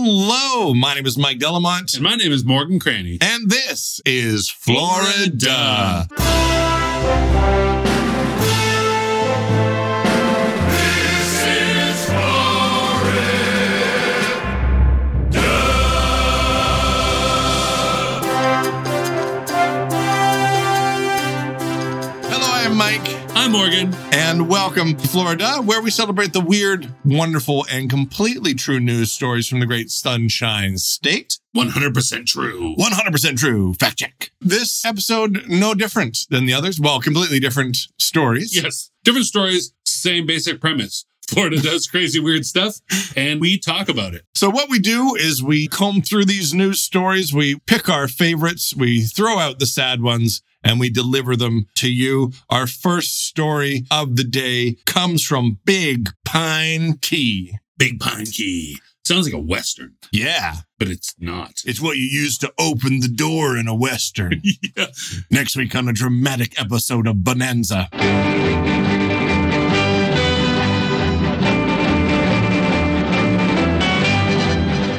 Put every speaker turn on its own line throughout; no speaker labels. Hello, my name is Mike Delamont,
And my name is Morgan Cranny.
and this is Florida. Hello, I'm Mike.
Hi, Morgan.
And welcome to Florida, where we celebrate the weird, wonderful, and completely true news stories from the great Sunshine State.
100% true.
100% true. Fact check. This episode, no different than the others. Well, completely different stories.
Yes. Different stories, same basic premise. Florida does crazy, weird stuff, and we talk about it.
So, what we do is we comb through these news stories, we pick our favorites, we throw out the sad ones, and we deliver them to you. Our first story of the day comes from Big Pine Key.
Big Pine Key. Sounds like a Western,
Yeah.
but it's not.
It's what you use to open the door in a Western.
yeah.
Next week on a dramatic episode of Bonanza.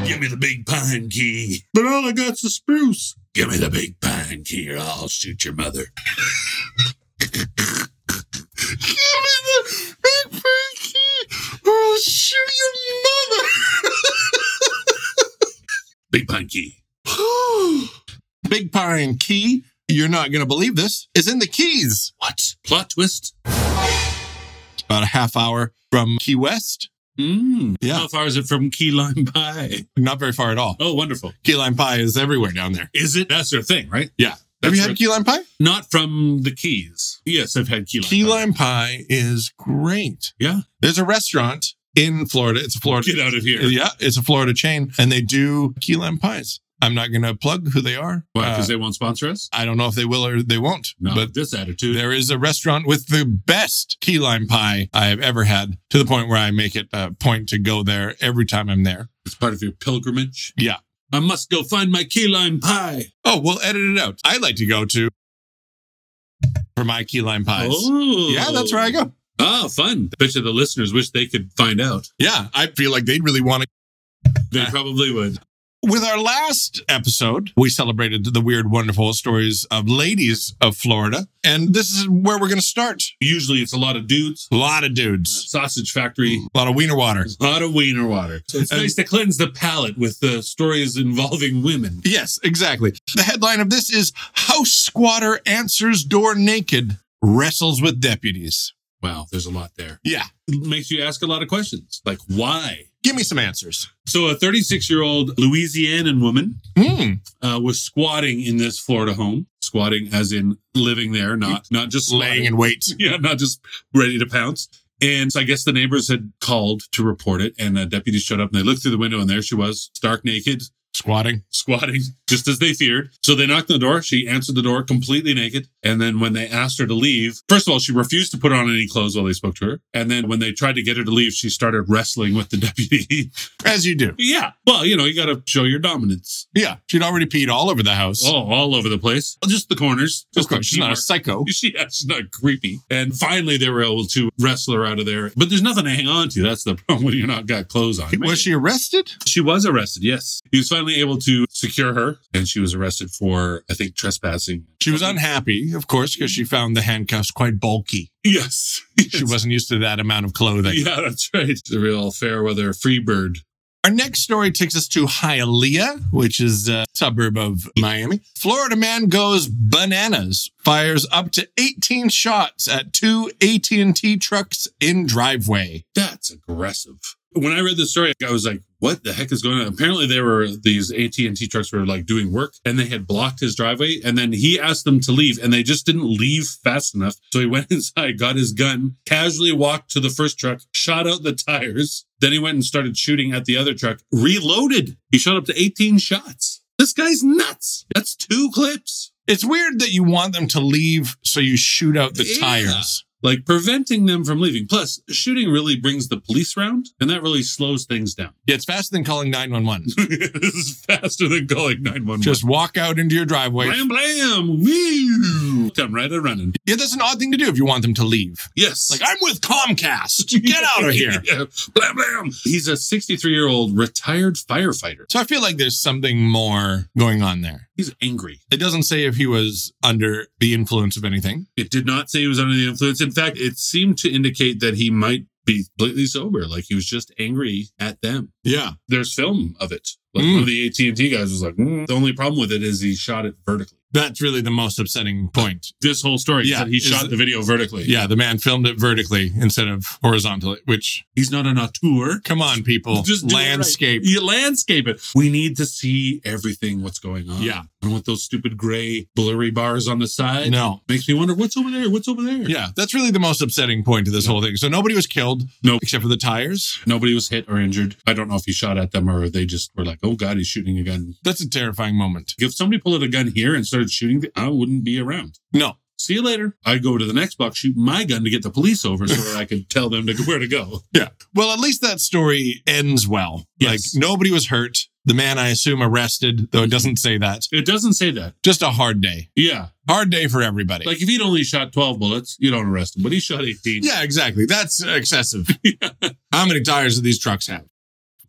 Give me the Big Pine Key. But all I got's the spruce. Give me the Big Pine Key or I'll shoot your mother.
Give me the big pinky or I'll shoot
Big Pine Key.
your mother. big Pine Key, you're not going to believe this, is in the Keys.
What? Plot twist?
About a half hour from Key West.
Mm.
Yeah.
How far is it from Key Lime Pie?
Not very far at all.
Oh, wonderful.
Key lime pie is everywhere down there.
Is it? That's their thing, right?
Yeah. Have
That's
you had
right.
key lime pie?
Not from the Keys. Yes, I've had key lime.
Key
pie.
lime pie is great.
Yeah.
There's a restaurant in Florida. It's a Florida
Get out of here.
Yeah, it's a Florida chain, and they do key lime pies. I'm not going to plug who they are.
Why?
Uh,
Because they won't sponsor us?
I don't know if they will or they won't.
No,
But
but this attitude.
there is a restaurant with the best key lime pie I have ever had, to the point where I make it a point to go there every time I'm there.
It's part of your pilgrimage.
Yeah.
I must go find my key lime pie.
Oh, we'll edit it out. I like to go to for my key lime pies.
Oh.
Yeah, that's where I go.
Oh, fun. Bet you the listeners wish they could find out.
Yeah, I feel like they'd really want to.
They
Uh.
probably would.
With our last episode, we celebrated the weird, wonderful stories of ladies of Florida. And this is where we're going to start.
Usually it's a lot of dudes,
A lot of dudes.
sausage factory,
A lot of wiener water.
a lot of wiener water. So it's
And-
nice to cleanse the palate with the stories involving women.
Yes, exactly. The headline of this is House Squatter Answers Door Naked, Wrestles with Deputies.
Wow, there's a lot there.
Yeah.
It makes you ask a lot of questions like, why?
Give me some answers.
So, a 36 year old Louisianan woman
Hmm.
uh, was squatting in this Florida home. Squatting, as in living there, not not just
Laying in wait.
yeah, not just ready to pounce. And so I guess the neighbors had called to report it, and a deputy showed up and they looked through the window, and there she was, stark naked,
Squatting.
squatting, just as they feared. So they knocked on the door. She answered the door completely naked. And then when they asked her to leave, first of all, she refused to put on any clothes while they spoke to her. And then when they tried to get her to leave, she started wrestling with the deputy.
As you do.
yeah. Well, you know, you got to show your dominance.
Yeah. She'd already peed all over the house.
Oh, all over the place, just the corners.
of
Just the
course, she's not a
marks.
psycho.
She- yeah, she's not creepy. And finally, they were able to wrestle her out of there. But there's nothing to hang on to. That's the problem when you're not got clothes on.
Was she arrested?
She was arrested. Yes, he was finally able to secure her, and she was arrested for I think trespassing.
She was unhappy, of course, because she found the handcuffs quite bulky.
Yes,
She wasn't used to that amount of clothing.
Yeah, that's right. The real fair weather free bird.
Our next story takes us to Hialeah, which is a suburb of Miami. Florida man goes bananas, fires up to 18 shots at two AT&T trucks in driveway.
That's aggressive. When I read the story, I was like, "What the heck is going on?" Apparently, there were these AT and T trucks were like doing work, and they had blocked his driveway. And then he asked them to leave, and they just didn't leave fast enough. So he went inside, got his gun, casually walked to the first truck, shot out the tires. Then he went and started shooting at the other truck, reloaded. He shot up to 18 shots. This guy's nuts. That's two clips.
It's weird that you want them to leave so you shoot out the
Yeah.
tires.
like preventing them from leaving. Plus, shooting really brings the police round, and that really slows things down.
Yeah, it's faster than calling 911.
this is faster than calling 911.
Just walk out into your driveway.
blam, blam, woo. Come right a running.
Yeah, that's an odd thing to do if you want them to leave.
Yes.
Like, I'm with Comcast. Get out of here.
yeah. Blam, blam. He's a 63 year old retired firefighter.
So I feel like there's something more going on there.
He's angry.
It doesn't say if he was under the influence of anything.
It did not say he was under the influence. In fact, it seemed to indicate that he might be completely sober. Like he was just angry at them.
Yeah.
There's film of it. Like
Mm.
one of the AT and T guys was like, "Mm." the only problem with it is he shot it vertically.
That's really the most upsetting point.
This whole story,
Yeah.
yeah, he
Is-
shot the video vertically.
Yeah, the man filmed it vertically instead of horizontally, which,
he's not an auteur.
come on, people.
Just do it right.
landscape.
You landscape it. We need to see everything. What's going on?
Yeah.
I don't want those stupid gray blurry bars on the side.
No.
Makes me wonder what's over there. What's over there?
Yeah, that's really the most upsetting point to this whole thing. So nobody was killed,
Nope.
except for the tires.
Nobody was hit or injured. I don't know if he shot at them or they just were like, "Oh God, he's shooting a gun."
That's a terrifying moment.
If somebody pulled out a gun here and started shooting, I wouldn't be around.
No,
See you later. I go to the next block, shoot my gun to get the police over so that I could tell them to, where to go.
Well, at least that story ends well.
Yes.
Like nobody was hurt. The man, I assume, arrested, though it doesn't say that.
It doesn't say that.
Just a hard day.
Yeah.
Hard day for everybody.
Like if he'd only shot 12 bullets, you don't arrest him, but he shot 18.
yeah, exactly. That's excessive. How many tires do these trucks have?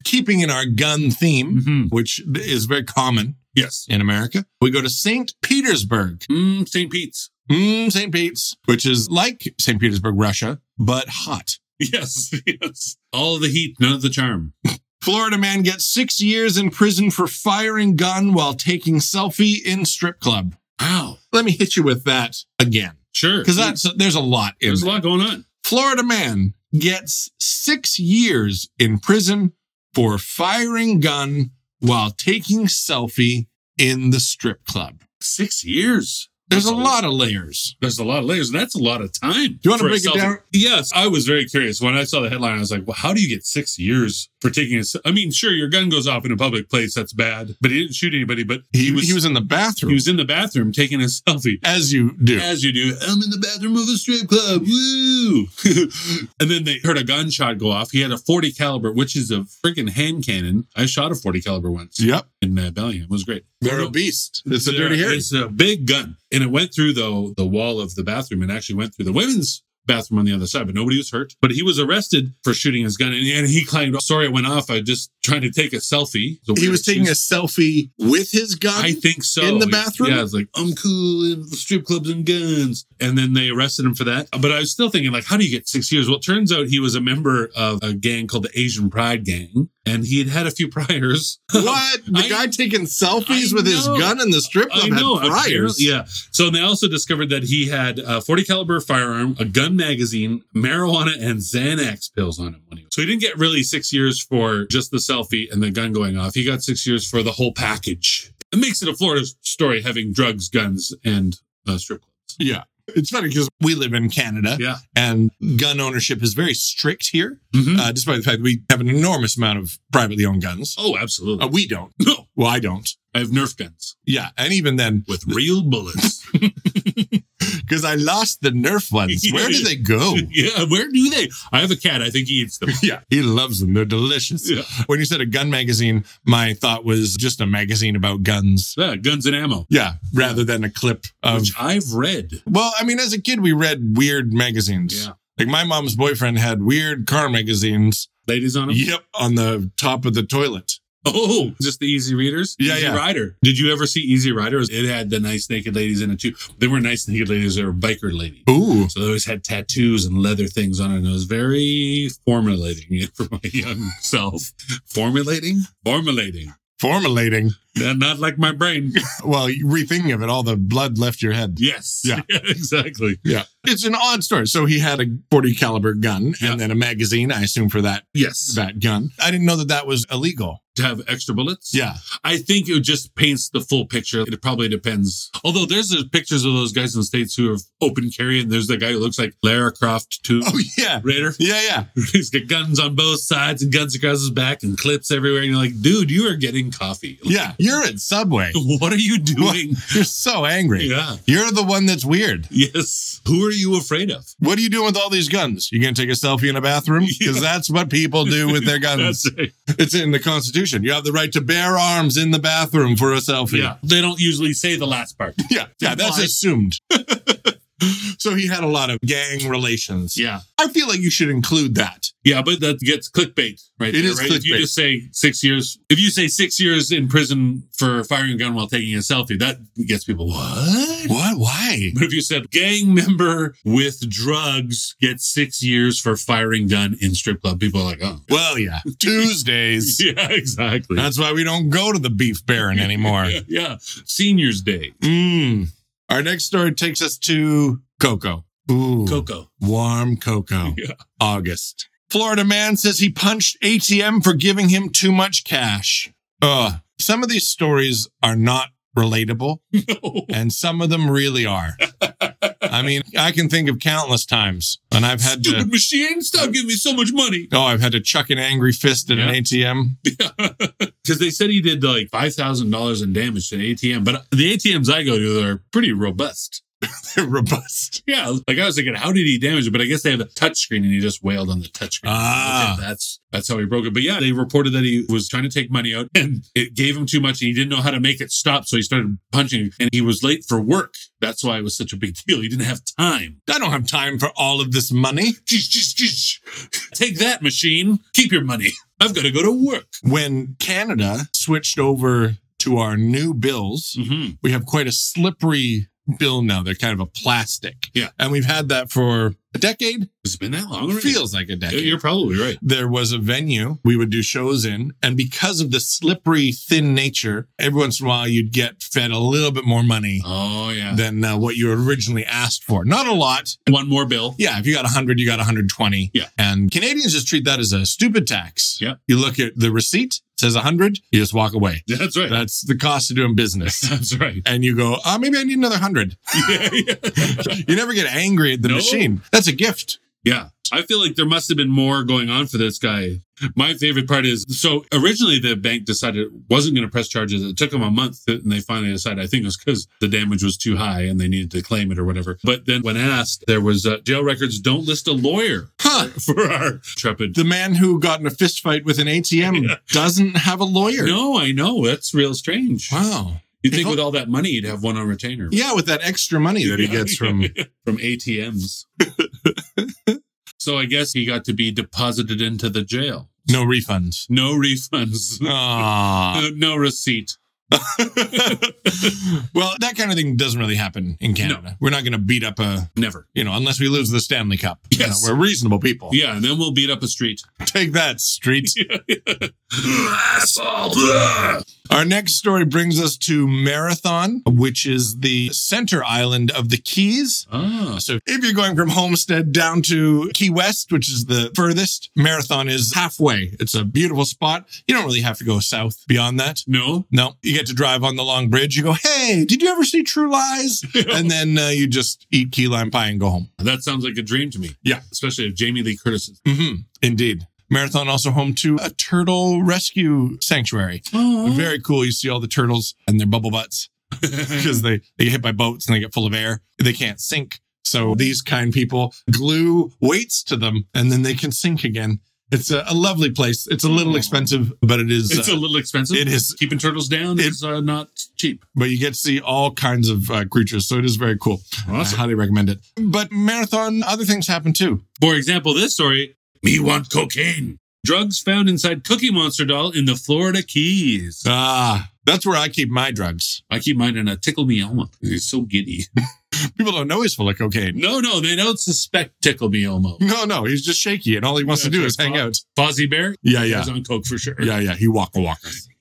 Keeping in our gun theme,
Mhm.
which is very common
Yes.
in America, we go to St. Petersburg,
Mm, St. Pete's.
mm, St. Pete's, which is like St. Petersburg, Russia, but hot.
Yes. Yes. All the heat, none of the charm.
Florida man gets six years in prison for firing gun while taking selfie in strip club.
Wow.
Let me hit you with that again.
Sure.
Because that's there's a lot in
there's a
there.
lot going on.
Florida man gets six years in prison for firing gun while taking selfie in the strip club.
Six years.
There's a
That's
lot of layers.
There's a lot of layers, and that's a lot of time.
Do you wanna
for a
break it
selfie.
down?
Yes, I was very curious when I saw the headline. I was like, "Well, how do you get six years for taking a se- I mean, sure, your gun goes off in a public place. That's bad, but he didn't shoot anybody. But
He, he, was,
he was,
in the bathroom,
in the bathroom taking a selfie."
as you do.
As you do, I'm in the bathroom of a strip club. Woo! and then they heard a gunshot go off. He had a 40 caliber, which is a freaking hand cannon. I shot a 40 caliber once
yep.
in uh, Bellingham. It was great.
They're a beast. It's a
There-
dirty Harry.
It's a big gun. And it went through though the wall of the bathroom and actually went through the women's bathroom on the other side, but nobody was hurt. But he was arrested for shooting his gun and, and he claimed, sorry, I went off. I just trying to take a selfie. It's a
He
weird
was taking a
excuse.
selfie with his gun.
I think so.
in the bathroom?
Yeah, it's like, I'm cool in the strip clubs and guns. And then they arrested him for that. But I was still thinking, like, how do you get six years? Well, it turns out he was a member of a gang called the Asian Pride Gang. And he had had a few priors.
What? The
I-
guy taking selfies
I
with his
know.
gun in the strip club had priors.
apparently- Yeah. So they also discovered that he had a 40 caliber firearm, a gun magazine, marijuana, and Xanax pills on him when he was. So he didn't get really six years for just the selfie and the gun going off. He got six years for the whole package. It makes it a Florida story having drugs, guns, and uh, strip clubs.
Yeah. It's funny because we live in Canada
Yeah.
and gun ownership is very strict here,
Mhm.
uh, despite the fact that we have an enormous amount of privately owned guns.
oh, absolutely.
Uh, we don't.
no,
Well, I don't.
I have Nerf guns
Yeah. And even then,
with real bullets.
because I lost the Nerf ones. Where do they go?
yeah. Where do they? I have a cat. I think he eats them.
Yeah, he loves them. They're delicious.
Yeah.
When you said a gun magazine, my thought was just a magazine about guns.
Yeah, guns and ammo,
Yeah, rather than a clip of.
which I've read.
Well, I mean, as a kid, we read weird magazines.
Yeah.
Like my mom's boyfriend had weird car magazines.
Ladies on them.
Yep, on the top of the toilet.
Oh, just the Easy Readers?
Yeah,
Easy
yeah.
Rider. Did you ever see Easy Rider? It had the nice naked ladies in it too. They weren't nice naked ladies, they were biker ladies.
Ooh,
So they always had tattoos and leather things on it. And it was very formulating for my young self. Formulating? Formulating.
formulating.
Not not like my brain.
Well, you- rethinking of it, all the blood left your head.
Yes.
Yeah.
exactly.
Yeah, it's an odd story. So he had a forty caliber gun
Yeah.
and then a magazine, I assume for that
Yes.
that gun. I didn't know that that was illegal.
to have extra bullets.
Yeah.
I think it just paints the full picture. It probably depends. Although there's the pictures of those guys in the States who have open carry, and there's the guy who looks like Lara Croft too.
Oh, yeah.
Raider.
Yeah, yeah.
He's got guns on both sides and guns across his back and clips everywhere. And you're like, dude, you are getting coffee. Like,
Yeah. You're at Subway.
What are you doing?
You're so angry.
yeah.
You're the one that's weird.
Yes. Who are you afraid of?
What are you doing with all these guns? You gonna take a selfie in a bathroom? Because that's what people do with their guns.
That's it.
it's in the Constitution. You have the right to bear arms in the bathroom for a selfie.
Yeah. They don't usually say the last part.
yeah, yeah, that's
Implied.
assumed. so he had a lot of gang relations.
Yeah.
I feel like you should include that.
Yeah, but that gets clickbait right
It
there,
is
right? If you
clickbait.
just say six years, if you say six years in prison for firing a gun while taking a selfie, that gets people, what?
What? Why?
But if you said gang member with drugs gets six years for firing gun in strip club, people are like, oh.
Well, yeah, Tuesdays.
Yeah, exactly.
That's why we don't go to the beef baron anymore.
yeah, yeah. Seniors Day.
Mm. Our next story takes us to Coco. Ooh,
Coco.
warm cocoa.
Yeah.
August. Florida man says he punched ATM for giving him too much cash. Ugh. Some of these stories are not relatable,
No.
and some of them really are. I mean, I can think of countless times, and I've had
Stupid
to.
machine, stop giving me so much money.
Oh, I've had to chuck an angry fist at
Yeah.
an ATM.
Because they said he did like $5,000 in damage to an ATM, but the ATMs I go to are pretty robust.
Robust.
Yeah, like I was thinking, how did he damage it? But I guess they have a touchscreen and he just wailed on the touchscreen.
Ah.
Okay, that's that's how he broke it. But yeah, they reported that he was trying to take money out and it gave him too much and he didn't know how to make it stop. So he started punching and he was late for work. That's why it was such a big deal. He didn't have time.
I don't have time for all of this money.
Jeez, jeez, jeez. Take that machine. Keep your money. I've got to go to work.
When Canada switched over to our new bills,
Mm-hmm.
we have quite a slippery bill now. They're kind of a plastic.
Yeah.
And we've had that for a decade.
It's been that long already.
Feels like a
Yeah,
decade.
You're probably right.
there was a venue we would do shows in. And because of the slippery, thin nature, every once in a while you'd get fed a little bit more money
Oh yeah.
than uh, what you originally asked for. Not a lot.
One more bill.
Yeah. If you got 100, you got 120.
Yeah.
And Canadians just treat that as a stupid tax.
Yeah.
You look at the receipt, it says 100, you just walk away.
That's right.
That's the cost of doing business.
That's right.
and you go, ah, maybe I need another 100.
Yeah, yeah.
You never get angry at the
No.
machine. That's a gift.
Yeah. I feel like there must have been more going on for this guy. My favorite part is so originally the bank decided it wasn't going to press charges. It took them a month and they finally decided, I think it was because the damage was too high and they needed to claim it or whatever. But then when asked, there was uh, jail records don't list a lawyer
Huh.
for our trepid.
The man who got in a fist fight with an ATM
Yeah.
doesn't have a lawyer.
No, I know. That's real strange.
Wow.
You'd think with all that money, you'd have one on retainer.
Yeah, with that extra money that he gets from.
from ATMs. so I guess he got to be deposited into the jail.
No refunds.
No refunds.
Ah.
Uh, no receipt.
well, that kind of thing doesn't really happen in Canada. We're not going to beat up a,
Never.
you know, unless we lose the Stanley Cup. You know,
Yes.
we're reasonable people.
Yeah, and then we'll beat up a street.
Take that, street.
Asshole.
Our next story brings us to Marathon, which is the center island of the Keys.
Ah,
So if you're going from Homestead down to Key West, which is the furthest, Marathon is halfway. It's a beautiful spot. You don't really have to go south beyond that.
no.
No, you get to drive on the long bridge. You go, hey, did you ever see True Lies? and then uh, you just eat key lime pie and go home.
That sounds like a dream to me.
Yeah.
Especially if Jamie Lee Curtis is.
hmm Indeed. Marathon also home to a turtle rescue sanctuary.
Oh.
Very cool. You see all the turtles and their bubble butts
Mm-hmm.
because they, they get hit by boats and they get full of air. They can't sink. So these kind people glue weights to them and then they can sink again. It's a, a lovely place. It's a little
Oh.
expensive, but it is.
it's a
uh,
little expensive.
it is.
Keeping turtles down
It-
is uh, not cheap.
but you get to see all kinds of uh, creatures. So it is very cool. I highly recommend it. But marathon, other things happen too.
For example, this story Me want cocaine. Drugs found inside Cookie Monster doll in the Florida Keys.
Ah, that's where I keep my drugs.
I keep mine in a tickle me Elmo. He's so giddy.
People don't know he's full of cocaine.
no, no, they don't suspect tickle me Elmo.
No, no, he's just shaky and all he wants to
Yeah,
do
sure.
is hang out.
Fozzie Bear,
Yeah, yeah.
He's on coke for sure.
Yeah, yeah. He walk a walk.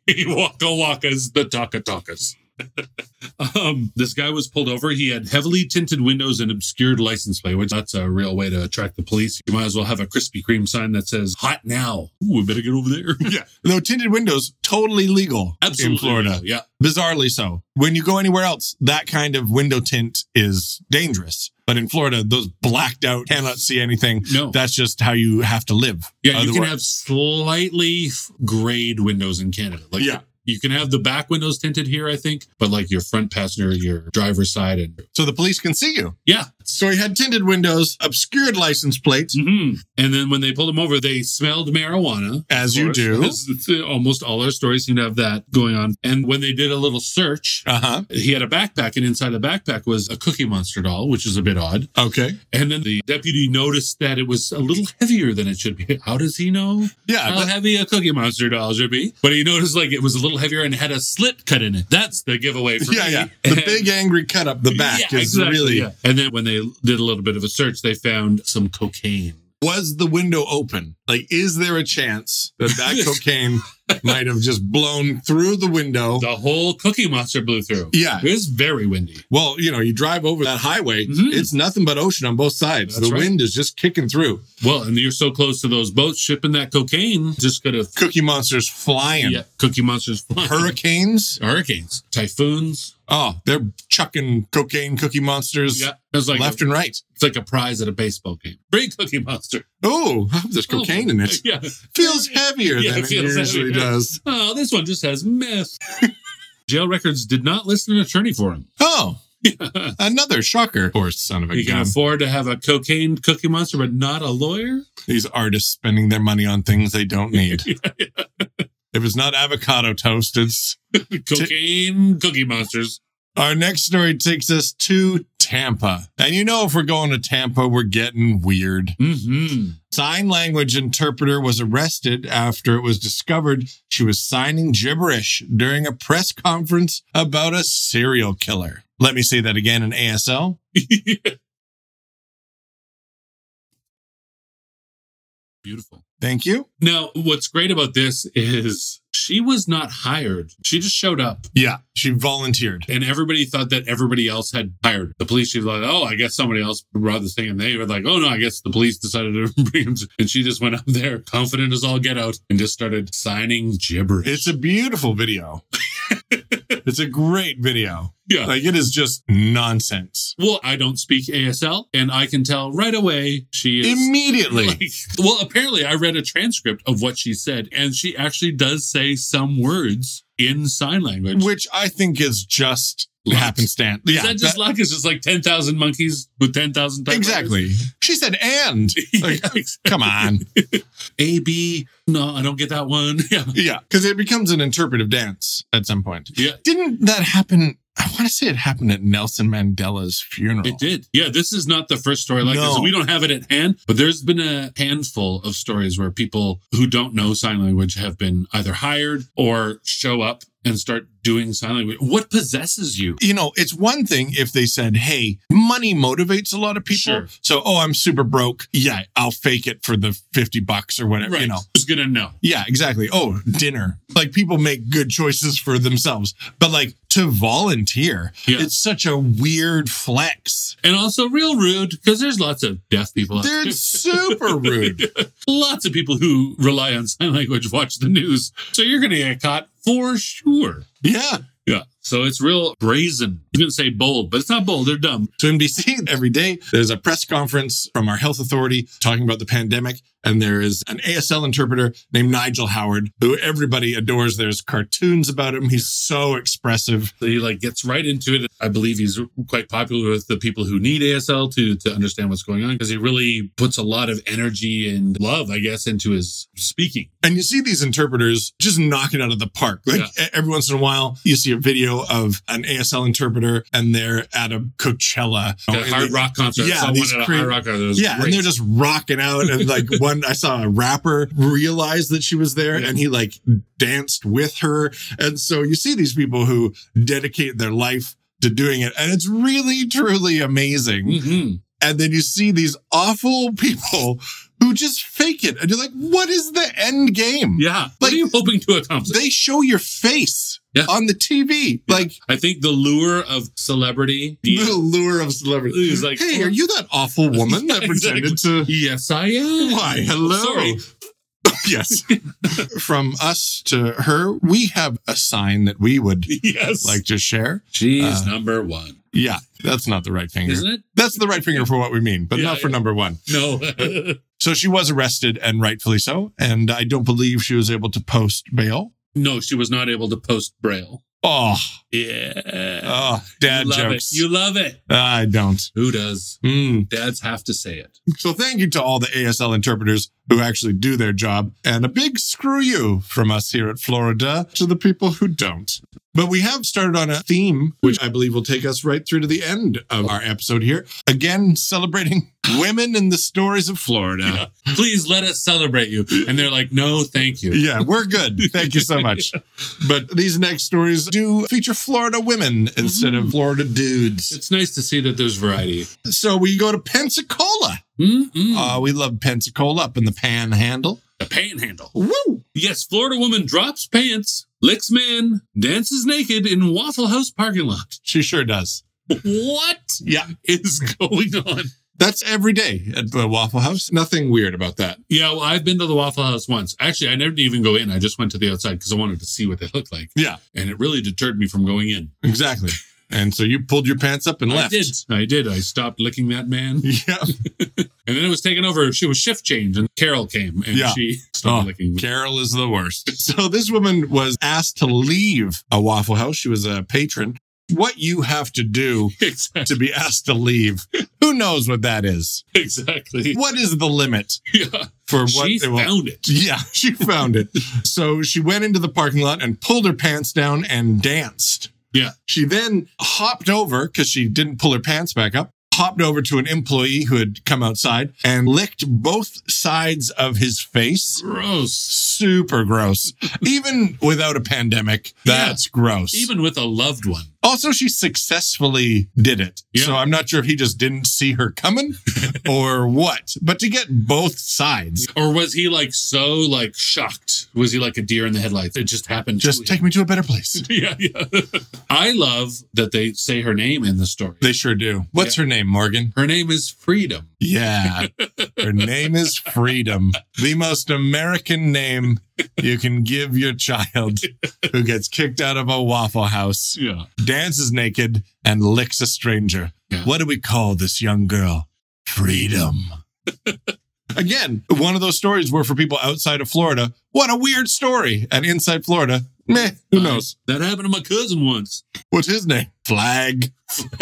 Waka wakas, the taka takas. Um, this guy was pulled over. He had heavily tinted windows and obscured license plate, which that's a real way to attract the police. You might as well have a Krispy Kreme sign that says "Hot now." Ooh, we better get over there.
yeah. Though tinted windows, totally legal in Florida.
Yeah.
Bizarrely so. When you go anywhere else, that kind of window tint is dangerous. But in Florida, those blacked out, cannot see anything.
No.
That's just how you have to live.
yeah. You can
Otherwise-
have slightly f- grade windows in Canada. Like
Yeah.
You can have the back windows tinted here, I think, but like your front passenger, your driver's side, and
so the police can see you.
yeah.
So he had tinted windows, obscured license plates,
hmm And then when they pulled him over, they smelled
Mm-hmm.
marijuana.
as you
Of course,
do.
because it's- uh, Almost all our stories seem to have that going on. And when they did a little search,
Uh
he had a backpack, and inside the backpack was a Cookie Monster doll, which is a bit odd.
huh. Okay.
And then the deputy noticed that it was a little heavier than it should be. How does he know
Yeah.
how
but-
heavy a Cookie Monster doll should be? But he noticed like it was a little heavier and had a slit cut in it. That's the giveaway for
yeah.
me.
Yeah. The
And-
big angry cut up the back
Yeah,
is
exactly,
really.
yeah. And then when they did a little bit of a search, they found some cocaine.
Was the window open? Like, is there a chance that that cocaine might have just blown through the window?
The whole Cookie Monster blew through.
Yeah.
It was very windy.
Well, you know, you drive over that highway,
Mhm.
it's nothing but ocean on both sides.
That's
the
right.
wind is just kicking through.
Well, and you're so close to those boats shipping that cocaine, just could have
Cookie monsters flying.
yeah, Cookie Monsters flying.
Hurricanes.
hurricanes, typhoons.
Oh, they're chucking cocaine cookie monsters
Yeah, it's like
left
a,
and right.
it's like a prize at a baseball game. Bring Cookie Monster.
Oh, I hope there's cocaine in it.
Yeah.
Feels heavier
Yeah,
than
it
it,
feels
usually
heavier.
does.
Oh, this one just has meth. Jail records did not list an attorney for him.
Oh, another shocker. Poor son of a
He can
gun.
afford to have a cocaine Cookie Monster, but not a lawyer.
These artists spending their money on things they don't need. If it's not avocado toast, it's
cocaine Cookie Monsters.
Our next story takes us to Tampa. And you know, if we're going to Tampa, we're getting weird.
Mm-hmm.
Sign language interpreter was arrested after it was discovered she was signing gibberish during a press conference about a serial killer. Let me say that again in ASL.
Beautiful.
Thank you.
Now, what's great about this is she was not hired. She just showed up.
Yeah, she volunteered.
And everybody thought that everybody else had hired her. the police. She was like, "Oh, I guess somebody else brought this thing," and they were like, "Oh no, I guess the police decided to bring him." to-" And she just went up there, confident as all get out, and just started signing gibberish.
It's a beautiful video. it's a great video.
yeah,
Like, it is just nonsense.
Well, I don't speak ASL, and I can tell right away she is.
Immediately.
like, well, apparently, I read a transcript of what she said, and she actually does say some words in sign language.
which I think is just
Luck.
happenstance.
is that just luck? Is just like ten thousand monkeys with ten thousand
that- exactly. She said, and Like, come on,
A B. No, I don't get that one. Yeah,
yeah, because it becomes an interpretive dance at some point.
Yeah.
didn't that happen? I want to say it happened at Nelson Mandela's funeral.
it did. Yeah, this is not the first story like this.
No.
We don't have it at hand, but there's been a handful of stories where people who don't know sign language have been either hired or show up and start doing sign language. What possesses you?
You know, it's one thing if they said, "Hey, money motivates a lot of people."
Sure.
So, oh, I'm super broke. Yeah, I'll fake it for the fifty bucks or whatever. You know,
Who's gonna know?
Yeah, exactly. Oh, dinner. Like people make good choices for themselves, but like to volunteer,
Yeah.
it's such a weird flex.
And also real rude because there's lots of deaf people. out
They're super rude.
lots of people who rely on sign language watch the news. So you're gonna get caught for sure.
Yeah.
Yeah. So it's real brazen. You're gonna say bold, but it's not bold, they're dumb.
So in BC, every day there's a press conference from our health authority talking about the pandemic. And there is an ASL interpreter named Nigel Howard, who everybody adores. There's cartoons about him. He's so expressive.
So he like gets right into it. I believe he's quite popular with the people who need ASL to to understand what's going on because he really puts a lot of energy and love, I guess, into his speaking.
And you see these interpreters just knocking out of the park. Like e- every once in a while, you see a video of an ASL interpreter and they're at a Coachella.
The
Oh, And
hard
they-
rock concert.
yeah,
Yeah, Someone
these
at a
crea-
hard rock concert. It was
Yeah,
great.
and they're just rocking out. And like one, I saw a rapper realize that she was there
Yeah.
and he like danced with her. And so you see these people who dedicate their life to doing it. And it's really, truly amazing.
Mhm.
And then you see these awful people who just fake it. And you're like, what is the end game?
Yeah. what
Like-
are you hoping to accomplish?
They show your face.
Yeah.
on the TV. Like
I think the lure of celebrity.
the lure of celebrity.
He's like,
hey, are you that awful woman that
Yeah,
pretended to?
Yes, E I am.
Why, hello.
Sorry.
yes. From us to her, we have a sign that we would
Yes.
like to share.
she's
uh,
number one,
Yeah, that's not the right finger.
isn't it?
That's the right finger for what we mean, but
Yeah,
not for
yeah.
number one.
No.
So she was arrested and rightfully so. And I don't believe she was able to post bail.
no, she was not able to post Braille.
Oh,
Yeah.
oh dad
you love
jokes.
it. You love it.
I don't.
Who does?
Mm.
Dads have to say it.
So thank you to all the ASL interpreters who actually do their job. And a big screw you from us here at Florida to the people who don't. But we have started on a theme, which I believe will take us right through to the end of our episode here. Again, celebrating women and the stories of Florida.
Yeah. Please let us celebrate you. And they're like, no, thank you.
Yeah, we're good. Thank you so much. But these next stories do feature Florida women instead of Florida dudes.
It's nice to see that there's variety.
So we go to Pensacola.
Mm-mm.
Uh, we love Pensacola up in the panhandle.
the panhandle.
Woo!
Yes, Florida woman drops pants, licks man, dances naked in Waffle House parking lot.
She sure does.
What
Yeah.
is going on?
That's every day at the Waffle House. Nothing weird about that.
Yeah, well, I've been to the Waffle House once. Actually, I never even go in. I just went to the outside because I wanted to see what they looked like.
Yeah.
And it really deterred me from going in.
Exactly. And so you pulled your pants up and
I
left.
did. I did. I stopped licking that man.
Yeah.
And then it was taken over. She was shift change and Carol came and
Yeah.
she stopped
Oh,
licking.
Carol is the worst. So this woman was asked to leave a Waffle House. She was a patron. What you have to do
Exactly.
to be asked to leave. Who knows what that is?
Exactly.
What is the limit
Yeah.
for what
She
they will?
found it.
yeah, she found it. So she went into the parking lot and pulled her pants down and danced.
Yeah.
She then hopped over because she didn't pull her pants back up. Hopped over to an employee who had come outside and licked both sides of his face.
Gross.
Super gross. Even without a pandemic,
Yeah.
that's gross.
Even with a loved one.
Also, she successfully did it.
Yeah.
So I'm not sure if he just didn't see her coming or what, but to get both sides,
Or was he like so like shocked? Was he like a deer in the headlights? It just happened. to
just
him.
take me to a better place.
Yeah, yeah. I love that they say her name in the story.
They sure do. What's her name, Morgan?
Her name is Freedom.
Yeah. her name is Freedom, the most American name you can give your child who gets kicked out of a Waffle House,
Yeah.
dances naked, and licks a stranger.
Yeah.
What do we call this young girl? Freedom. Again, one of those stories where for people outside of Florida, what a weird story. And inside Florida, meh, who knows?
That happened to my cousin once.
What's his name? Flag.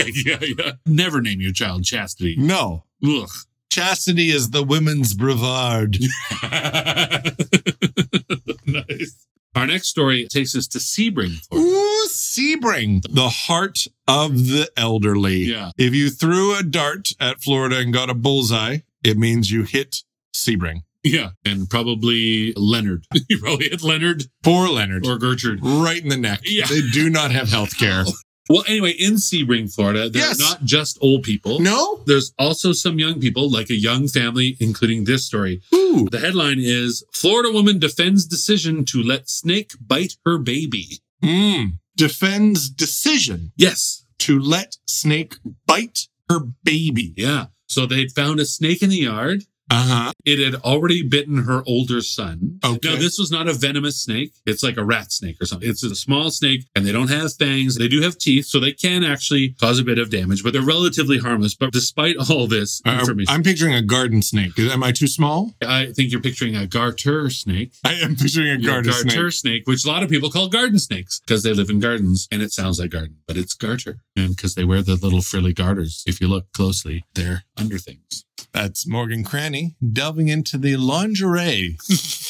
yeah, yeah. Never name your child Chastity.
No.
Ugh.
Chastity is the women's brevard.
nice. Our next story takes us to Sebring, Florida.
Ooh, Sebring, the heart of the elderly.
Yeah.
If you threw a dart at Florida and got a bullseye, it means you hit Sebring.
Yeah. And probably Leonard. you probably hit Leonard
Poor Leonard.
or Gertrude.
right in the neck.
Yeah.
They do not have health care.
Well, anyway, in Sebring, Florida, they're
Yes.
not just old people.
No?
There's also some young people, like a young family, including this story.
Ooh.
The headline is Florida woman defends decision to let snake bite her baby.
Mm. Defends decision
Yes.
to let snake bite her baby.
Yeah. So they'd found a snake in the yard.
Uh huh.
It had already bitten her older son.
Okay.
Now, this was not a venomous snake. It's like a rat snake or something. It's a small snake and they don't have fangs. They do have teeth, so they can actually cause a bit of damage, but they're relatively harmless. But despite all this
Uh,
information,
I'm picturing a garden snake. Am I too small?
I think you're picturing a garter snake.
I am picturing a
Yeah,
garden
garter
snake.
snake. which a lot of people call garden snakes because they live in gardens and it sounds like garden, but it's garter. And because they wear the little frilly garters, if you look closely, they're under things.
That's Morgan Cranny delving into the lingerie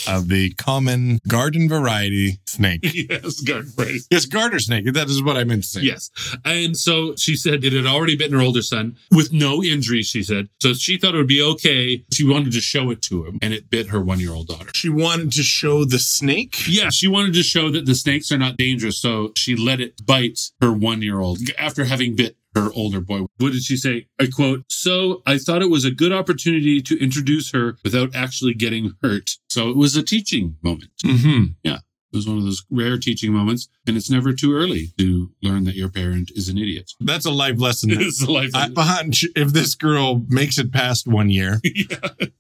of the common garden variety snake.
yes, garden right.
Yes, garter snake. That is what I meant to say.
Yes. And so she said it had already bitten her older son with no injuries, she said. So she thought it would be okay. She wanted to show it to him and it bit her one year old daughter.
She wanted to show the snake.
Yeah, she wanted to show that the snakes are not dangerous, so she let it bite her one year old after having bit her older boy. What did she say? I quote, So I thought it was a good opportunity to introduce her without actually getting hurt. So it was a teaching moment.
Mm-hmm.
Yeah. It was one of those rare teaching moments. And it's never too early to learn that your parent is an idiot.
That's a life lesson.
it's a life.
I, hunch if this girl makes it past one year,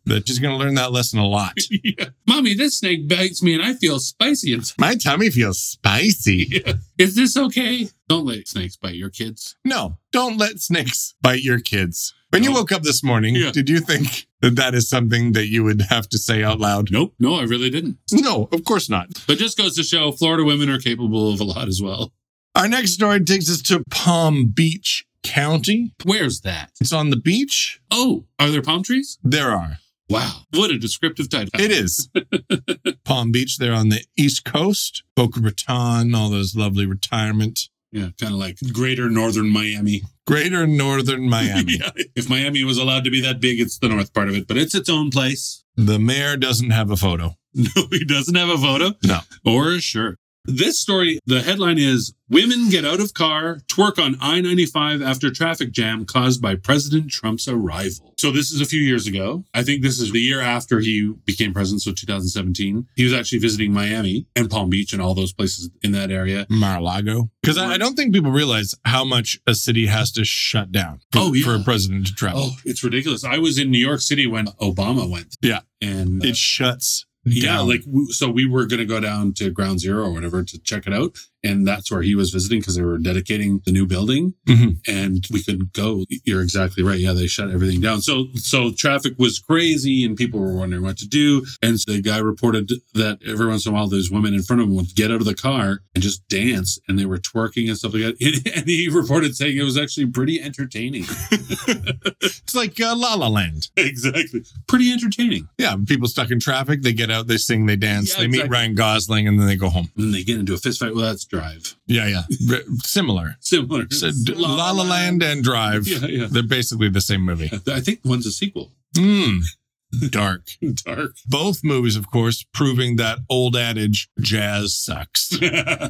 that she's going to learn that lesson a lot.
Yeah. Mommy, this snake bites me and I feel spicy. It's,
My tummy feels spicy.
is this okay? Don't let snakes bite your kids.
No, don't let snakes bite your kids. When you
No.
woke up this morning,
Yeah.
did you think that that is something that you would have to say out loud?
Nope. No, I really didn't.
No, of course not.
But just goes to show Florida women are capable of a lot as well.
Our next story takes us to Palm Beach County.
Where's that?
It's on the beach.
Oh, are there palm trees?
There are.
Wow. What a descriptive title.
It is. Palm Beach, they're on the East Coast, Boca Raton, all those lovely retirement.
Yeah, kind of like greater northern Miami.
Greater Northern Miami.
yeah. If Miami was allowed to be that big, it's the north part of it, but it's its own place.
The mayor doesn't have a photo.
No, he doesn't have a photo.
No.
Or a shirt. This story, the headline is Women Get Out of Car, Twerk on I 95 After Traffic Jam Caused by President Trump's Arrival. So, this is a few years ago. I think this is the year after he became president, so 2017. He was actually visiting Miami and Palm Beach and all those places in that area.
Mar-a-Lago. Because I, I don't think people realize how much a city has to shut down for,
Oh, yeah.
for a president to travel.
Oh, it's ridiculous. I was in New York City when Obama went.
Yeah.
And
It shuts
Yeah,
down.
like w- so we were going to go down to Ground Zero or whatever to check it out, and that's where he was visiting because they were dedicating the new building,
Mhm.
and we couldn't go. You're exactly right. Yeah, they shut everything down. So so traffic was crazy, and people were wondering what to do. And so the guy reported that every once in a while, those women in front of him would get out of the car and just dance, and they were twerking and stuff like that. And he reported saying it was actually pretty entertaining.
it's like uh, La La Land.
exactly, pretty entertaining.
Yeah, people stuck in traffic. They get out, they sing, they dance,
Yeah,
they meet
exactly.
Ryan Gosling, and then they go home.
And they get into a fist fight. Well, that's Drive.
Yeah, yeah, Re- similar.
Similar.
So, d- La La Land and Drive.
Yeah, yeah.
They're basically the same movie.
I think one's a sequel.
Mm, dark.
Dark.
Both movies, of course, proving that old adage, jazz sucks.
yeah,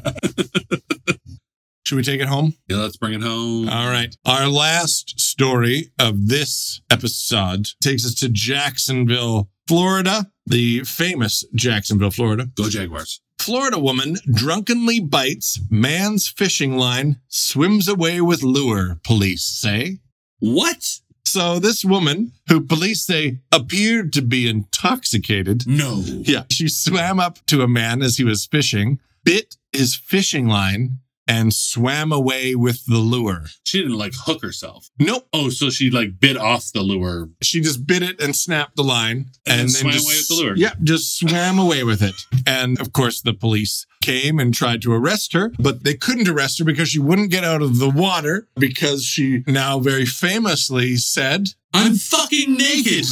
Should we take it home?
let's bring it home.
All right. Our last story of this episode takes us to Jacksonville, Florida, the famous Jacksonville, Florida.
Go Jaguars.
Florida woman drunkenly bites man's fishing line, swims away with lure, police say.
What?
So, this woman, who police say appeared to be intoxicated,
No.
yeah, she swam up to a man as he was fishing, bit his fishing line, and swam away with the lure.
She didn't like hook herself.
Nope.
Oh, so she like bit off the lure.
She just bit it and snapped the line
And then swam
just-
away with the lure.
Yeah, just swam away with it. And of course, the police came and tried to arrest her, but they couldn't arrest her because she wouldn't get out of the water because she now very famously said,
I'm fucking naked.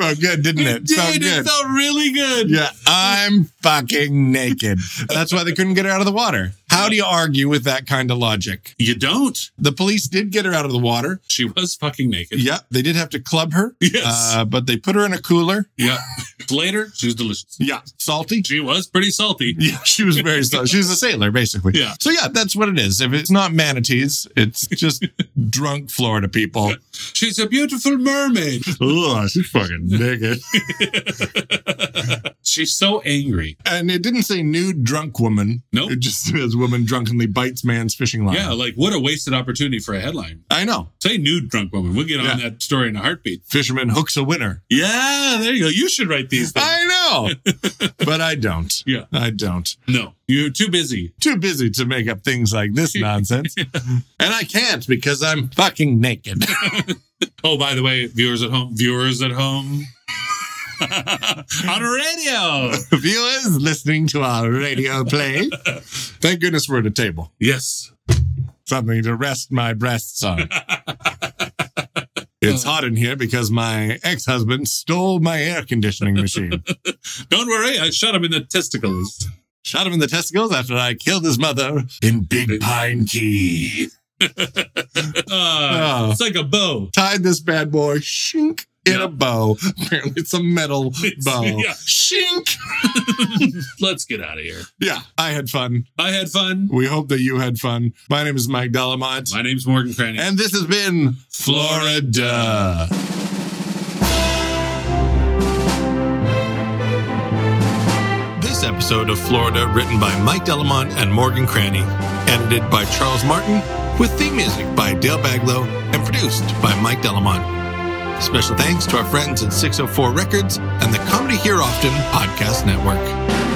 Oh, good, didn't it?
It
Felt
did. It
good.
felt really good.
yeah, I'm fucking naked. That's why they couldn't get her out of the water. How do you argue with that kind of logic?
You don't.
The police did get her out of the water.
She was fucking naked.
Yeah, they did have to club her,
Yes.
uh, but they put her in a cooler.
yeah. Later, she was delicious.
Yeah, salty.
She was pretty salty.
Yeah, she was very slow. She was a sailor, basically.
Yeah.
So yeah, that's what it is. If it's not manatees, it's just drunk Florida people.
She's a beautiful mermaid.
Ugh, she's fucking naked.
She's so angry.
And it didn't say nude drunk woman.
Nope.
It just says woman drunkenly bites man's fishing line.
Yeah, like what a wasted opportunity for a headline.
I know.
Say nude drunk woman. We'll get on
Yeah.
that story in a heartbeat.
Fisherman hooks a winner.
Yeah, there you go. You should write these things.
I know. but I don't.
Yeah.
I don't.
no, you're too busy.
Too busy to make up things like this nonsense. and I can't because I'm fucking naked.
Oh, by the way, viewers at home, viewers at home. Oh, on radio.
Viewers listening to our radio play. Thank goodness we're at a table.
Yes.
something to rest my breasts on. it's hot in here because my ex husband stole my air conditioning machine.
Don't worry, I shot him in the testicles.
Shot him in the testicles after I killed his mother in Big Pine Key.
Uh,
Oh.
It's like a bow.
Tied this bad boy shink in
Yeah.
a bow. Apparently, it's a metal
It's-
bow.
yeah.
Shink.
Let's get out of here.
Yeah, I had fun.
I had fun.
We hope that you had fun. My name is Mike Delamont,
My name's Morgan Cranny.
and this has been Florida. This episode episode of Florida, written by Mike Delamont and Morgan Cranny, edited by Charles Martin, with theme music by Dale Baglow, and produced by Mike Delamont. oh Special thanks to our friends at 604 Records and the Comedy Here Often Podcast Network.